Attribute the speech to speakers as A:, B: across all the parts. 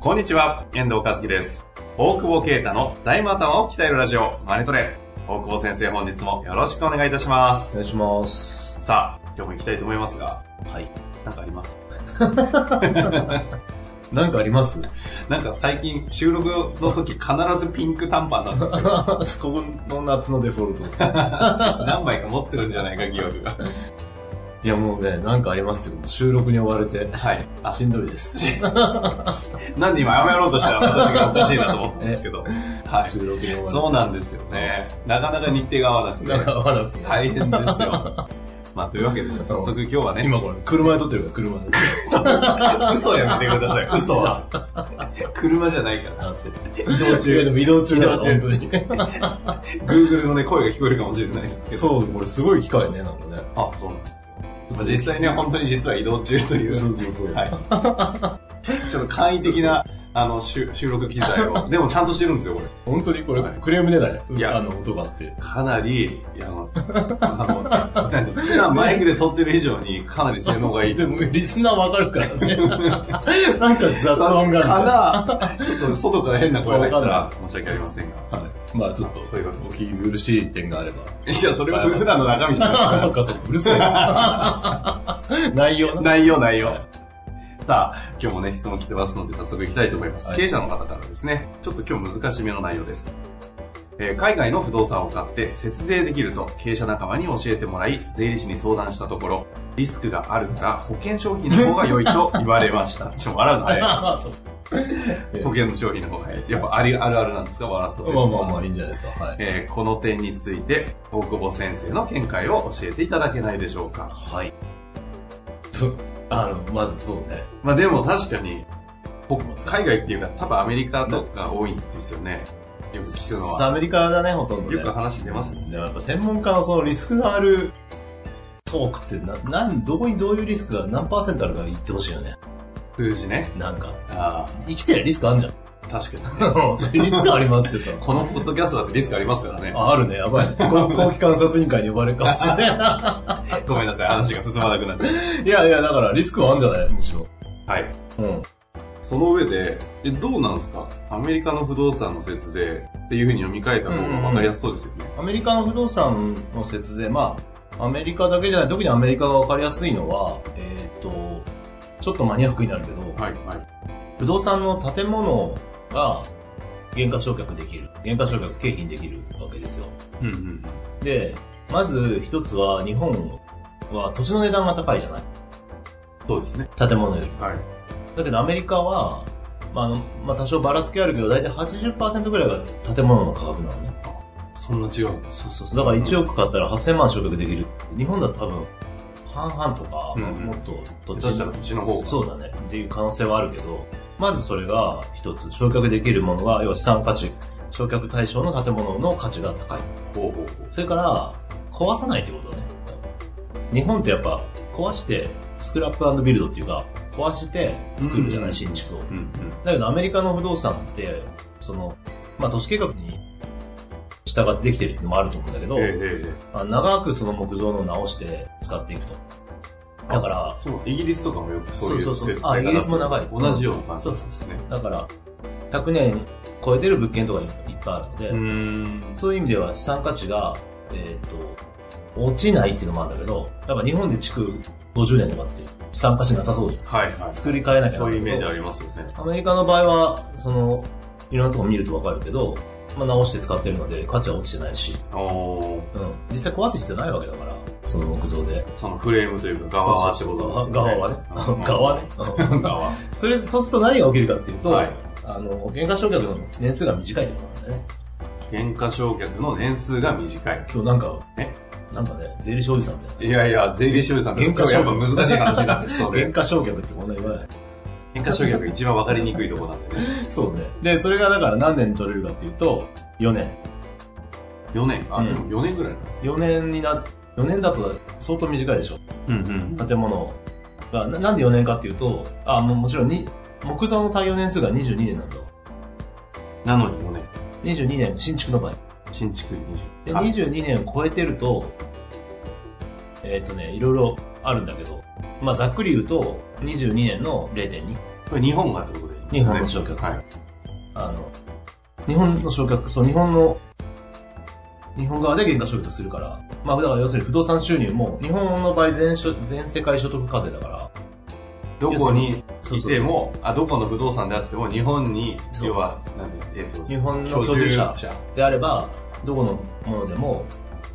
A: こんにちは、遠藤和樹です。大久保啓太の財務頭を鍛えるラジオ、マネトレ。大久保先生、本日もよろしくお願いいたしま
B: お
A: す。
B: 願いします。
A: さあ、今日も行きたいと思いますが、
B: はい。
A: なんかあります
B: なんかあります
A: なんか最近、収録の時必ずピンク短パンなん ですけど、
B: そこの夏のデフォルトですね。
A: 何枚か持ってるんじゃないか、疑惑が。
B: いやもうね、なんかありますって、収録に追われて、
A: はい。あ、
B: しんどいです。
A: なんで今やめろうとしたら私がおかしいなと思ったんですけど。はい。
B: 収録に追われて。
A: そうなんですよね。なかなか日程が合わなくて
B: な。んか合わなくて。
A: 大変です よ。まあ、というわけで、じゃあ早速今日はね、
B: 今これ、車で撮ってるから、車で。
A: 嘘やめてください、嘘は。車じゃないから。
B: あそう移動中。で も移動中だ
A: 移動中
B: 本当
A: Google のね、声が聞こえるかもしれないですけ
B: に。
A: ど。
B: そう、これすごい機会ね、なんかね。
A: あ、そうなんですよ。まあ実際ね、本当に実は移動中という、
B: そうそうそう。
A: はい。ちょっと簡易的な、あの、収収録機材を。でもちゃんとしてるんですよ、これ。
B: 本当にこれ、
A: はい
B: クレーム出ない
A: いや
B: あの、音があって。
A: かなり、いや、あの、あのなんて普段マイクで撮ってる以上に、かなり性能がいい。
B: でも、リスナーわかるから ね。なんか雑音がある。
A: かな、ちょっと外から変な声が入った
B: わ
A: ら申し訳ありませんが。はい
B: まあちょっと、お
A: そういうこと
B: 聞き苦しい点があれば。
A: えじゃあそれは普段の中身じゃないですか
B: あ、そっかそっか、うるせえな。 内容な。
A: 内容内容。さあ、今日もね、質問来てますので、早速行きたいと思います。
B: はい
A: 経営者の方からですね、ちょっと今日難しめの内容です。えー海外の不動産を買って節税できると経営者仲間に教えてもらい、税理士に相談したところ、リスクがあるから保険商品の方が良いと言われました。 ちょっと笑うの早い
B: あ、そう。
A: です。保険の商品の方が早い。やっぱありあるあるなんですか笑ったと。
B: まあまあまあ、いいんじゃないですか。はい。
A: えーこの点について、大久保先生の見解を教えていただけないでしょうか。
B: はい。とあの、まずそうね。
A: まあでも確かに、ほ海外っていうか多分アメリカとか多いんですよね。よく聞くのは。
B: アメリカだね、ほとんどね。
A: よく話出ますね。
B: でもやっぱ専門家のそのリスクがあるトークってな、なん、どこにどういうリスクが何パーセントあるか言ってほしいよね。
A: 数字ね。
B: なんか。
A: あ
B: 生きてるリスクあ るじゃん。
A: あ、確かに。
B: それリスクありますって言ったら
A: このポッドキャストだってリスクありますからね。
B: あ、あるね、やばいね。 公期観察委員会に呼ばれるかもしれな
A: ごめんなさい、話が進まなくなっちゃう。
B: い。いやいや、だからリスクはあるんじゃないむしろ。
A: はい。
B: うん。
A: その上で、え、どうなんですかアメリカの不動産の節税っていうふうに読み替えた方が分かりやすそうですよね。
B: アメリカの不動産の節税、まあ、アメリカだけじゃない、特にアメリカが分かりやすいのは、えっ、と、ちょっとマニアックになるけど、
A: はい、はい。
B: 不動産の建物が減価償却できる。減価償却経費にできるわけですよ。
A: うんうん。
B: で、まず一つは、日本は土地の値段が高いじゃない
A: そうですね。
B: 建物より。
A: はい。
B: だけどアメリカは、まあ、あの、まあ、多少ばらつきあるけど、だいたい80%ぐらいが建物の価格なのね。
A: そんな違うんです。
B: そうそうそう。だから1億買ったら8000万償却できるって。日本だと多分、半々とか、
A: うんうん
B: もっと、
A: 下手したら土地の方が
B: そうだね。っていう可能性はあるけど、まずそれが一つ、償却できるものが、要は資産価値、償却対象の建物の価値が高い。
A: ほうほうほう。
B: それから、壊さないってことね。日本ってやっぱ、壊して、スクラップビルドっていうか、壊して作るじゃ
A: うんう
B: なんい、新築を。
A: うんうん。
B: だけどアメリカの不動産って、その、まあ都市計画に従ってできてるってのもあると思うんだけど、
A: えええええ
B: まあ、長くその木造のを直して使っていくと。だから
A: え。、そう、イギリスとかもよくそういう
B: そうそうそう
A: 節税かな
B: あイギリスも長い
A: 同じような感じ
B: そう
A: です
B: そう
A: ね。
B: そう。だから、100年超えてる物件とかにいっぱいあるので、
A: うーん。
B: そういう意味では資産価値が、えっ、と、落ちないっていうのもあるんだけど、やっぱ日本で築50年とかって資産価値なさそうじゃん。
A: はいは
B: 作り変えなきゃ
A: い。
B: な
A: そういうイメージありますよね。
B: アメリカの場合は、その、いろんなとこ見るとわかるけど、まあ、直して使ってるので価値は落ちてないし、
A: おー
B: うん。実際壊す必要ないわけだから、その木造で。
A: そのフレームというか、側はってことですよね。
B: 側はね。側ね。
A: うん。側。
B: それ、そうすると何が起きるかっていうと、
A: はい
B: あの、原価償却の年数が短いってことなんだよね。
A: 原価償却の年数が短い。
B: 今日なんか、
A: え
B: なんかね、税理士おじさんみたい
A: いやいや、税理士おじさんと今日やっぱ難しい話になってきそう
B: な。原
A: で。
B: 価償却ってこんな言わない。
A: 変化障害が一番わかりにくいとこなんでね。
B: そうね。で、それがだから何年取れるかっていうと、4年。
A: 4年。あ、う
B: う
A: んん、4年ぐらいなんです。
B: 4年にな、4年だと相当短いでしょ。
A: うんうん。
B: 建物が。ななんで4年かっていうと、あ、もうもちろんに、木造の耐用年数が22年なんだわ。
A: なのに4年。
B: 22年、新築の場合。
A: 新築
B: で、
A: 20。あ
B: 22年を超えてると、えっ、とね、いろいろあるんだけど、まあざっくり言うと、22年の0.2。
A: これ日本がということでいいんです
B: 日
A: か
B: 本
A: ね。
B: の消却。
A: はい。
B: あの、日本の償却、そう、日本の、日本側で原価償却するから、まあ、だから要するに不動産収入も、日本の場合全所全世界所得課税だから、
A: どこにい
B: そうそう
A: て
B: そう
A: も、あ、どこの不動産であっても、日本に、
B: そう
A: 要は、なんで、えっと、
B: 日本の
A: 居
B: 居
A: 住
B: 住
A: 者
B: 者。であれば、どこのものでも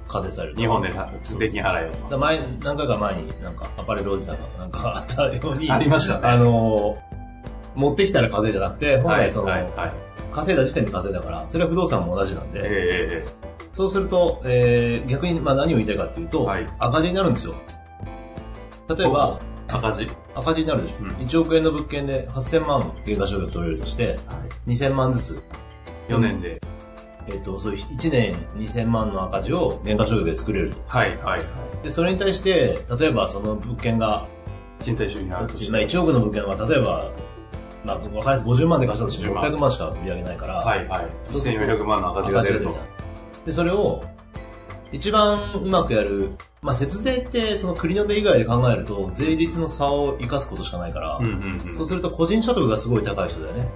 B: 課税される。
A: 日本でた
B: そう
A: 税金払えよ
B: だ前、何回か前になんかアパレルおじさんがなんかあったように、
A: と。ありましたね。
B: あのー持ってきたら課税じゃなくて、本
A: はい、
B: 来その、
A: はい、はい。
B: 稼いだ時点で課税だから、それは不動産も同じなんで、
A: え
B: そうすると、えー、逆に、まあ、何を言いたいかっていうと、
A: はい
B: 赤字になるんですよ。例えば、
A: え赤字。
B: 赤字になるでしょ。
A: うん
B: 1億円の物件で8000万原価償却取れるとして、2000万ずつ、
A: 4年で。
B: えっ、と、そういう1年2000万の赤字を原価償却で作れると。
A: はい、はい。
B: で、それに対して、例えばその物件が、
A: 賃貸収入
B: ま
A: あ
B: あ
A: るとして。
B: 1億の物件は、例えば、まあ、わかりやすい50万で貸したとして
A: 50万
B: 600万しか売り上げないから、
A: はい、はい。
B: そうすると
A: 1400万の赤字が出ると。
B: で、それを、一番うまくやる、まあ、節税って、その繰り延べ以外で考えると、税率の差を生かすことしかないから、
A: うん、うん、う。
B: そうんすると個人所得がすごい高い人だよね。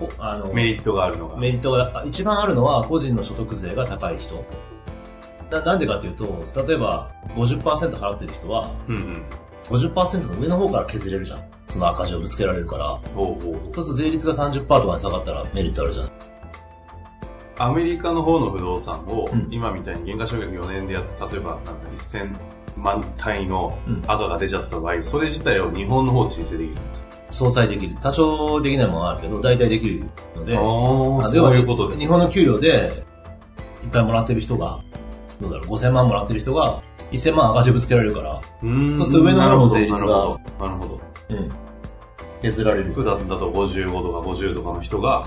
B: おあの
A: メ
B: メ
A: リットがあるのが。
B: リットが、あ一番あるのは個人の所得税が高い人。ななんでかっていうと、例えば50%払ってる人は、
A: うん、うん。
B: 50%の上の方から削れるじゃん。その赤字をぶつけられるから。
A: おうおうおう
B: そうすると税率が30%とかに下がったらメリットあるじゃん。
A: アメリカの方の不動産を
B: うん、
A: 今みたいに原価償却4年でやって、例えば、なんか1000万単位の
B: うん
A: 赤が出ちゃった場合、それ自体を日本の方で申請できる。
B: 相殺できる。多少できないものはあるけど、大体できるので、
A: あ
B: あ
A: あ、
B: 要
A: そういうことです。
B: 日本の給料で、いっぱいもらってる人が、どうだろう、5000万もらってる人が、1000万赤字ぶつけられるから、
A: うん
B: そうすると上の方の税率が
A: なるほど。なるほど。
B: うん。削られる。
A: 普段だと55とか50とかの人が、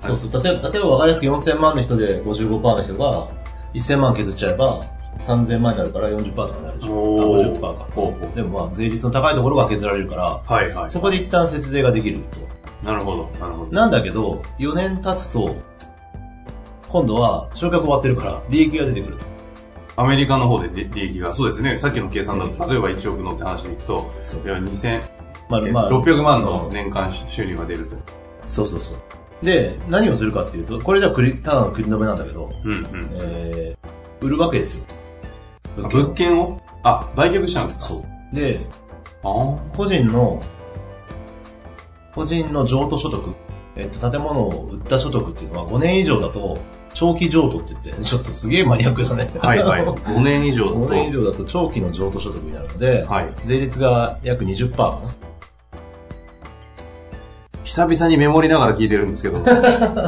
B: そうそう。例えば、例えば分かりやすく4000万の人で55%の人が、1000万削っちゃえば、3000万になるから40%とかになるでしょ。
A: お
B: あ
A: ー
B: 50%か。
A: ほうほ
B: でもまあ、税率の高いところが削られるから、
A: う。はいは
B: そこで一旦節税ができると。
A: い。なるほど。なるほど。
B: なんだけど、4年経つと、今度は、償却終わってるから、利益が出てくると。
A: アメリカの方で利利益が、そうですね。さっきの計算だと、例えば1億のって話でいくと、
B: そう
A: いや2000、
B: まあ、まあ、
A: 600万の年間収入が出ると。
B: そうそうそう。で、何をするかっていうと、これじゃ繰り、ただの繰り延べなんだけど、
A: うんうん。
B: えー、売るわけですよ。
A: 物件物件をあ、売却したんですか
B: そう。で、
A: あー
B: 個人の、個人の譲渡所得、えっと、建物を売った所得っていうのは5年以上だと、長期譲渡って言って、ちょっとすげえマニアックだね。
A: はい はい。5年以上だと。
B: 5年以上だと長期の譲渡所得になるので、
A: はい。
B: 税率が約20%かな。
A: 久々にメモりながら聞いてるんですけ ど、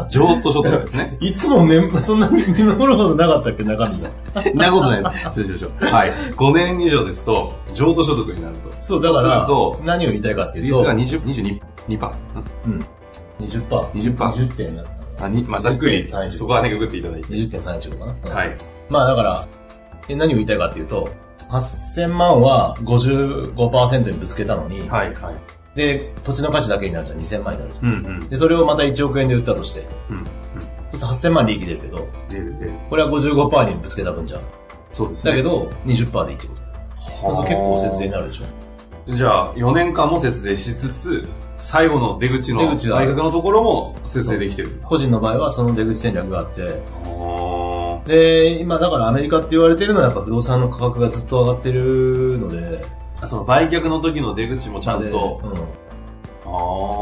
A: 譲渡所得ですね。
B: いつもメン、そんなにメモることなかったっけ中身 が。
A: そんなことない。失礼しましょう。はい。5年以上ですと、譲渡所得になると。
B: そう、だか
A: そうす
B: ら
A: る、
B: 何を言いたいかってい
A: 率
B: うと、
A: が20 22%。2%パ
B: 20%。
A: 20%
B: パー。20点になった。
A: あにまあ、ざっくり、
B: 30
A: そこはね、くぐっていただいて。
B: 20.31かな。
A: はい。
B: まあだから、え何を言いたいかっていうと、8000万は55%にぶつけたのに、
A: はい、はい。
B: で、土地の価値だけになるじゃん、2000万になるじゃ
A: うんうん
B: ん。。で、それをまた1億円で売ったとして、
A: うん。
B: そうすると8000万利益出るけど、
A: 出る出る。
B: これは55%にぶつけた分じゃん。
A: そうですね。
B: だけど、20%でいいってこと。そうすると結構節税になるでしょ。
A: じゃあ、4年間も節税しつつ、最後の出口の、
B: 出口は
A: 大学のところも節税できてる。
B: 個人の場合はその出口戦略があって、
A: あ
B: で、今だからアメリカって言われてるのはやっぱ不動産の価格がずっと上がってるので、
A: あ。その売却の時の出口もちゃん
B: で
A: と。
B: うん、
A: ああ、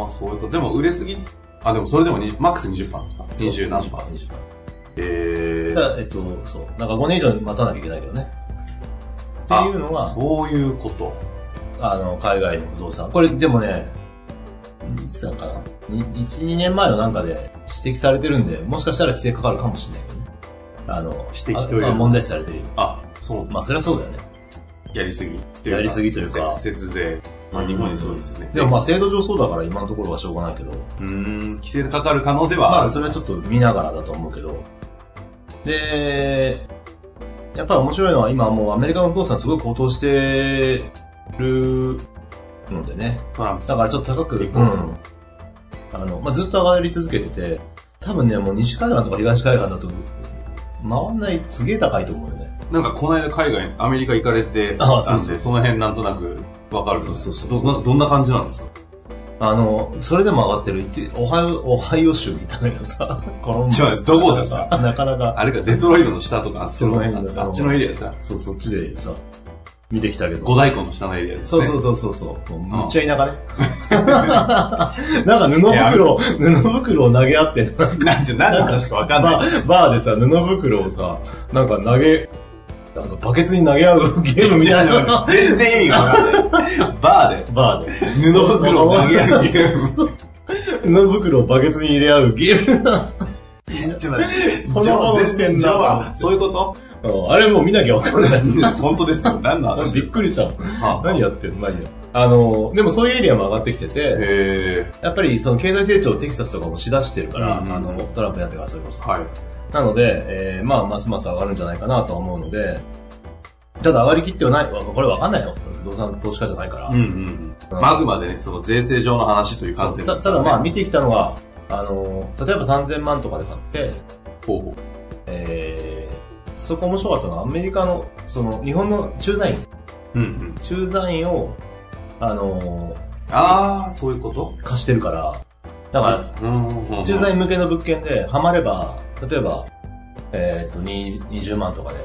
A: そういうこと。でも売れすぎあ、でもそれでも20マックス20%パーですか ?20 何パー
B: 20%
A: え
B: ただ、えっと、そう。なんか5年以上待たなきゃいけないけどね。っていうの
A: あ
B: は、
A: そういうこと。
B: あの、海外の不動産。これでもね、いつだかな。に1、2年前のなんかで指摘されてるんで、もしかしたら規制かかるかもしれないけどね。あの、
A: 指摘というより
B: ああ問題視されてる。
A: あ、そう、
B: まあ、それはそうだよね。
A: やりすぎっていう
B: やりすぎというか
A: 節税。まあ、日本にそうですよね。
B: でもまあ、制度上そうだから今のところはしょうがないけど、
A: うーん、規制かかる可能性は
B: ま
A: あ
B: あ、
A: る。
B: それはちょっと見ながらだと思うけど。で、やっぱり面白いのは今もうアメリカの不動産すごい高騰してるのでね。
A: トランプ
B: だからちょっと高く、
A: うん
B: あの、まあ、ずっと上がり続けてて、多分ね、もう西海岸とか東海岸だと、回んない、すげえ高いと思うよね。
A: なんかこの間海外、アメリカ行かれて、
B: あそうそう
A: なんでその辺なんとなくわかる
B: そうそうそう
A: どなどんな感じなんですか
B: あの、それでも上がってる。行って、オハイオ、オハイオ州に行ったんだけどさ、 この
A: ちょ待ってどこですか
B: なかなか、
A: あれか、デトロイトの下とか、あっちの
B: その辺だ
A: あっちのエリアですか
B: そう、そっちでさ、見てきたけど。
A: 五大湖の下のエリアです、ね。。
B: そうそううそうそうそう。もうむっちゃ田舎ね。 なんか布袋を、布袋を投げ合って、
A: なんちゅう、何の話かわかんない。
B: バーバーでさ、布袋をさ、なんか投げ、なんかバケツに投げ合う ゲームみ
A: いや
B: たい
A: で
B: な。
A: も全然意味がわかんない。バーで、
B: バーで。
A: 布袋を投げ合うゲーム。
B: 布袋をバケツに入れ合うゲーム。
A: ちょっと待って
B: ほのぼのしてんな
A: ジョーはそういうこ
B: うんあれもう見なきゃわかんない。
A: と本当ですよ。何の話で
B: びっ
A: すか
B: くりしたもん。
A: はあ
B: 何やってんのまあいいやあの、でもそういうエリアも上がってきてて、
A: へ
B: やっぱりその経済成長をテキサスとかもしだしてるから、
A: うんうん
B: あの、トランプやってからそういうこと
A: ー。はい。
B: なので、えーまあ、ますます上がるんじゃないかなとは思うので、ただ上がりきってはない、わこれわかんないよ。不動産投資家じゃないから。
A: うんうんうん。マグマでね、その税制上の話という
B: そ
A: 観
B: う
A: 点
B: た
A: ですか
B: た
A: ら
B: だ
A: ね
B: まあ、見てきたのは、あのー、例えば3000万とかで買って、
A: ほうほ
B: えー、そこ面白かったのは、アメリカの、その、日本の駐在員、
A: う。うんうん。
B: 駐在員を、あの
A: ああ、そういうこと
B: ー、貸してるから、だから、
A: うんうんうんうん。
B: 駐在員向けの物件で、ハマれば、例えば、えっ、と、に20万とかで、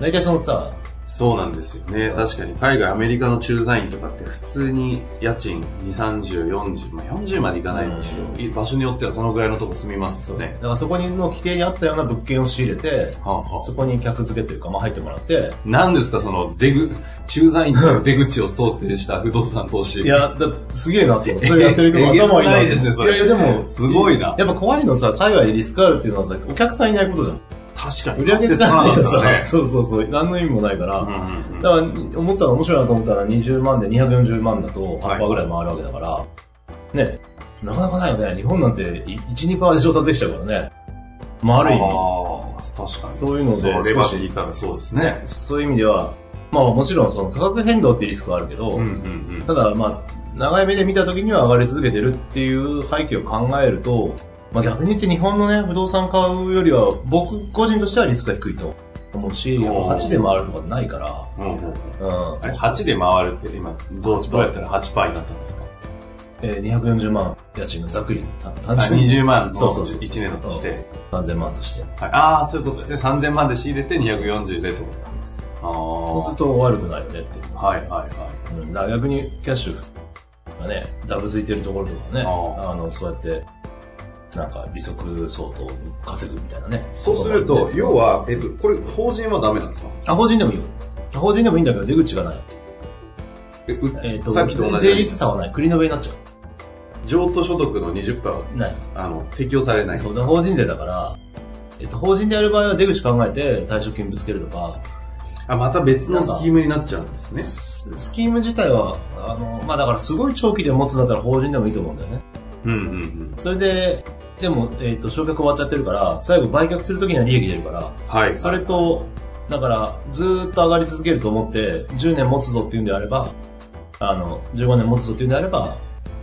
B: 大体そのさ、
A: そうなんですよね。確かに、海外、アメリカの駐在員とかって、普通に家賃2、30、40、まあ、40までいかないにしろ、場所によってはそのぐらいのとこ住みますよね。
B: だからそこにの規定に合ったような物件を仕入れて、
A: はあはあ
B: そこに客付けというか、まあ入ってもらって、
A: 何ですか、その、出ぐ、駐在員の出口を想定した不動産投資。
B: い、や、だってすげえなって思って、それやってる人も
A: えげつ
B: 頭いい
A: な
B: ない
A: ですねそれ
B: いやいや、でも、
A: すごいな
B: やっぱ怖いのさ、海外でリスクあるっていうのはさ、お客さんいないことじゃん。
A: 確かに。
B: 売り上げつかない
A: 立
B: と
A: ってこな
B: さ、
A: か
B: そうそうそう、何の意味もないから、
A: ったねうんうんうん
B: だから、に思ったら面白いなと思ったら、20万で240万だと、
A: はい
B: 8%ぐらい回るわけだから、ね、なかなかないよね。日本なんて、い1、2%で調達できちゃうからね。まあ、ある意味。
A: ああ、確かに。
B: そういうので
A: そうレ
B: 少
A: バ
B: し
A: ー引いたらそうですね。
B: そういう意味では、まあもちろんその価格変動っていうリスクはあるけど、
A: うんうん
B: ただまあ、長い目で見た時には上がり続けてるっていう背景を考えると、まあ逆に言って日本のね、不動産買うよりは、僕個人としてはリスクが低いと思うし、
A: おー
B: 8で回るとかないから、
A: うんうんうん。
B: うん
A: あれ、8で回るって今、どうどうやったら8パーになったんですか
B: えー、240万家賃のざっくり、た単
A: あ
B: 純に
A: 20万の
B: そうそうそう
A: 1年だとして。
B: 3000万として。
A: はい、ああ、そういうことですね。3000万で仕入れて240でってことか。
B: そうす
A: あ
B: ると悪くないよねっていう。
A: あ。はいはいはい。
B: うん、だから逆にキャッシュがね、ダブついてるところとかね、
A: あ
B: あの、そうやって、なんか利息相当稼ぐみたいなね。
A: そうすると、
B: ね
A: 要は、えっと、これ、法人はダメなんですか
B: あ、法人でもいいよ。法人でもいいんだけど出口がない。
A: えう
B: えっ、と、
A: さっきと同じ
B: 税
A: ように
B: 率差はない。繰り延べになっちゃ
A: 譲渡所得の20%は、
B: う。ない。
A: あの、適用されない。
B: そうだ、法人税だから、えっ、と、法人でやる場合は出口考えて退職金ぶつけるとか、
A: あ、また別のスキームになっちゃうんですね。
B: ススキーム自体は、あの、まあだからすごい長期で持つんだったら法人でもいいと思うんだよね。
A: うんうんうん。
B: それで、でも、えっ、と、償却終わっちゃってるから、最後売却するときには利益出るから、
A: はい。
B: それと、だから、ずーっと上がり続けると思って、10年持つぞっていうんであれば、あの、15年持つぞっていうんであれば、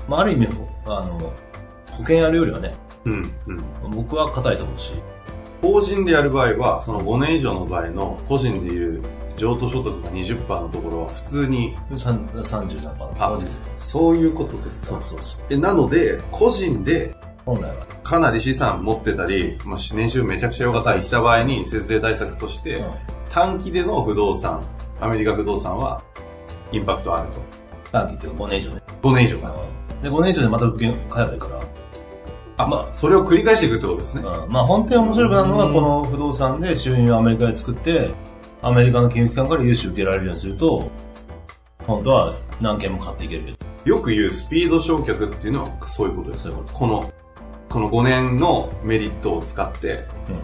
B: まあ、ある意味、あの、保険やるよりはね、
A: うんうん。
B: 僕は硬いと思うし、
A: 法人でやる場合は、その5年以上の場合の個人でいう譲渡所得が20%のところは普通に、
B: 3 37%の
A: あそういうことです
B: そ
A: か
B: うそうそう。
A: えなので、個人で
B: 本来は。
A: かなり資産持ってたり、まあ、年収めちゃくちゃ良かったりした場合に、節税対策として、短期での不動産、アメリカ不動産は、インパクトあると。
B: 短期っていうか5年以上ね。
A: 5年以上かな。
B: で、5年以上でまた物件買えばいいから、
A: あ、
B: ま
A: まあ、それを繰り返していくってことですね。
B: うんまあ本当に面白くなるのが、この不動産で収入をアメリカで作って、アメリカの金融機関から融資を受けられるようにすると、本当は何件も買っていけるよ。
A: よく言うスピード償却っていうのはそういうことです。
B: そういうこと。
A: この、この5年のメリットを使って、
B: うん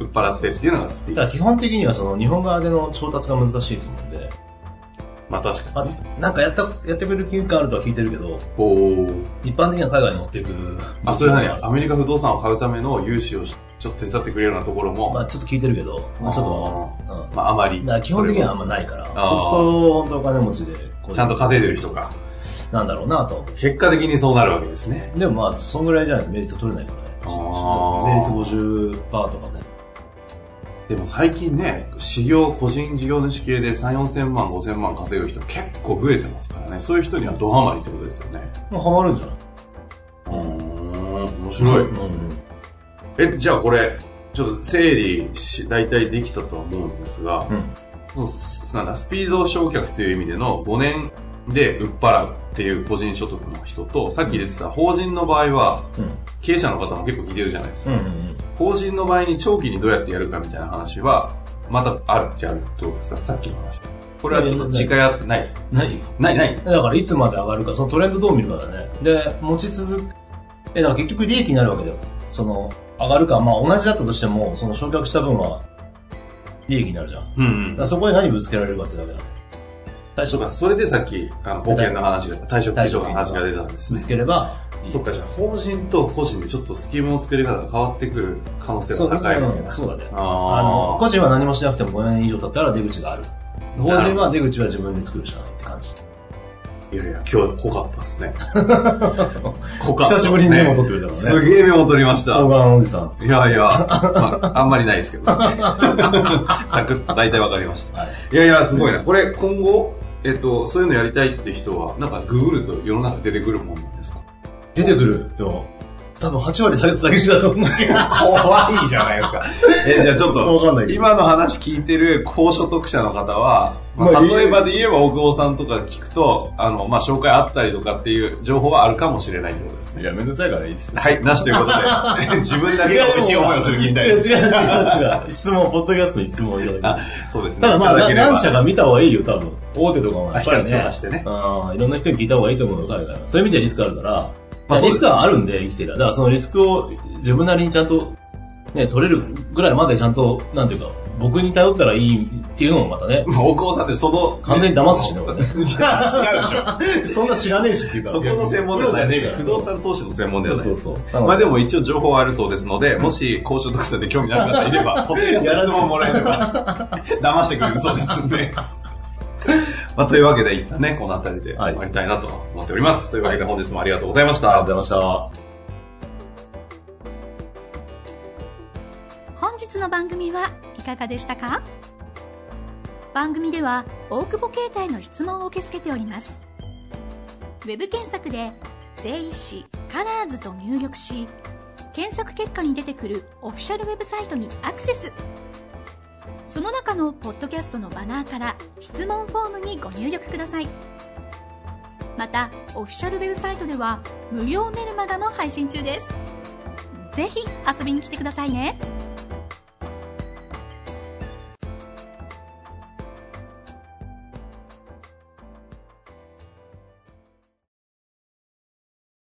A: 売っ払ってっていうのがスピー
B: た
A: ド。
B: だ基本的にはその日本側での調達が難しいと思うんで、
A: まあ確かに。
B: まあ、なんかやった、やってくれる金があるとは聞いてるけど、
A: おー。
B: 一般的には海外に持っていく。
A: あ、それはね、ア
B: ま
A: メリカ不動産を買うための融資をしちょっと手伝ってくれるようなところも、
B: あちょっと聞いてるけど、まあちょっと、うん。
A: あーまああまり。
B: だから基本的にはあんまないから、そう
A: あー
B: すると本当お金持ちで、こう
A: ちゃんと稼いでる人か。
B: なんだろうなと。
A: 結果的にそうなるわけですね。
B: でもまあ、そんぐらいじゃないとメリット取れないからね。
A: あ
B: 税
A: ー
B: 率50%とかね。
A: でも最近ね、事業、個人事業主系で3、4千万、5千万稼ぐ人結構増えてますからね。そういう人にはドハマりってことですよね。
B: もうハマるんじゃないう
A: ーん、面白い。
B: うん。
A: え、じゃあこれ、ちょっと整理し、大体できたとは思うんですが、
B: うん
A: そのすなんだスピード償却という意味での5年で売っ払うっていう個人所得の人と、さっき出てた法人の場合は、
B: うん。
A: 経営者の方も結構聞いてるじゃないですか。
B: うんうん
A: 法人の場合に長期にどうやってやるかみたいな話は、またあるっちゃあるってことですかさっきの話。これはちょっと時間や、ない。
B: うん。何
A: ない、ない。
B: だからいつまで上がるか、そのトレンドどう見るかだね。で、持ち続け、え、だから結局利益になるわけだよ。その、上がるか、まあ同じだったとしても、その償却した分は、利益になるじゃん。だ
A: うん、う
B: か
A: ん。
B: らそこで何ぶつけられるかってだけだ。対
A: そ
B: 象
A: う
B: が
A: か、それでさっき、あの、保険の話が、退職保障の話が出たんです
B: ぶ
A: ね
B: つ。ければ、
A: そっか、じゃあ、法人と個人でちょっとスキームの作り方が変わってくる可能性
B: そう
A: が
B: だ
A: 高いわけ
B: ね
A: だ。。
B: そうだね。あの、
A: あ
B: 個人は何もしなくても5年以上経ったら出口がある。法人は出口は自分で作るしかないって感じ。
A: あ。いやいや、今日濃かったっすね。濃かったっすね。
B: 久しぶりにメモ取ってくれたからね。
A: すげえメモ取りました。
B: 動画のおじさん。
A: いやいや、まあ、あんまりないですけど、 サクッと大体わかりました。
B: はい
A: いやいや、すごいな。これ、今後、えっと、そういうのやりたいって人は、なんか、ググると世の中出てくるもんなんですか
B: 出てくるよ。多分8割詐欺詐欺師だと思うけど。
A: 怖いじゃないですか。え、じゃあちょっ
B: わかんない
A: と、
B: けど
A: 今の話聞いてる高所得者の方は、ま
B: ま
A: あ、
B: あ
A: 例えばで言えば、大久保さんとか聞くと、あの、まあ、紹介あったりとかっていう情報はあるかもしれないってことですね。
C: いや、めんどくさいからいいっす。
A: はい、なしということ で、自分だけが美味しい思いをするみたい
B: 違う
A: な。
B: 違う違う違う。質問、ポッドキャストに質問をいただき
A: あ
B: ます。
A: そうですね。
B: ただまあ、
A: い
B: な
A: ければ
B: 何社か見た方がいいよ、多分。大手とかもやっぱり
A: 比較
B: ね
A: とかしてね。
B: うんいろんな人に聞いた方がいいと思うの海外は。そういう意味じゃリスクあるから、
A: ま
B: ま
A: あ
B: あ、
A: そうです
B: リスクはあるんで生きてる。だからそのリスクを自分なりにちゃんと、ね、取れるぐらいまでちゃんと、なんていうか、僕に頼ったらいいっていうのもまた ね、
A: まあ、大久保さんってその、
B: 完全に騙すしね、俺ね。
A: 違うでしょ。
B: そんな知らねえ しっていうか。
A: そこの専門ではないですから。
B: プ
A: 不
B: ロ
A: 動
B: じゃね
A: 産投資の専
B: え
A: 門
B: か
A: で
B: ら
A: はない
B: そ
A: で
B: う
A: す。
B: そうそう。
A: まあでも一応情報はあるそうですので、もし高所得者で興味のある方いれ ば、ポッドキャストの質問もらえれば、 騙してくれるそうですんで。 まあというわけで、一旦ね、この辺りで終わりたいなと思っております。というわけで本日もありがとうございまし
B: あり
A: た
B: が。とうございました。
D: 本日の番組はいかがでしたか番組では大久保携帯の質問を受け付けておりますウェブ検索で「税理士カラーズと入力し検索結果に出てくるオフィシャルウェブサイトにアクセスその中のポッドキャストのバナーから質問フォームにご入力くださいまたオフィシャルウェブサイトでは無料メルマガも配信中ですぜひ遊びに来てくださいね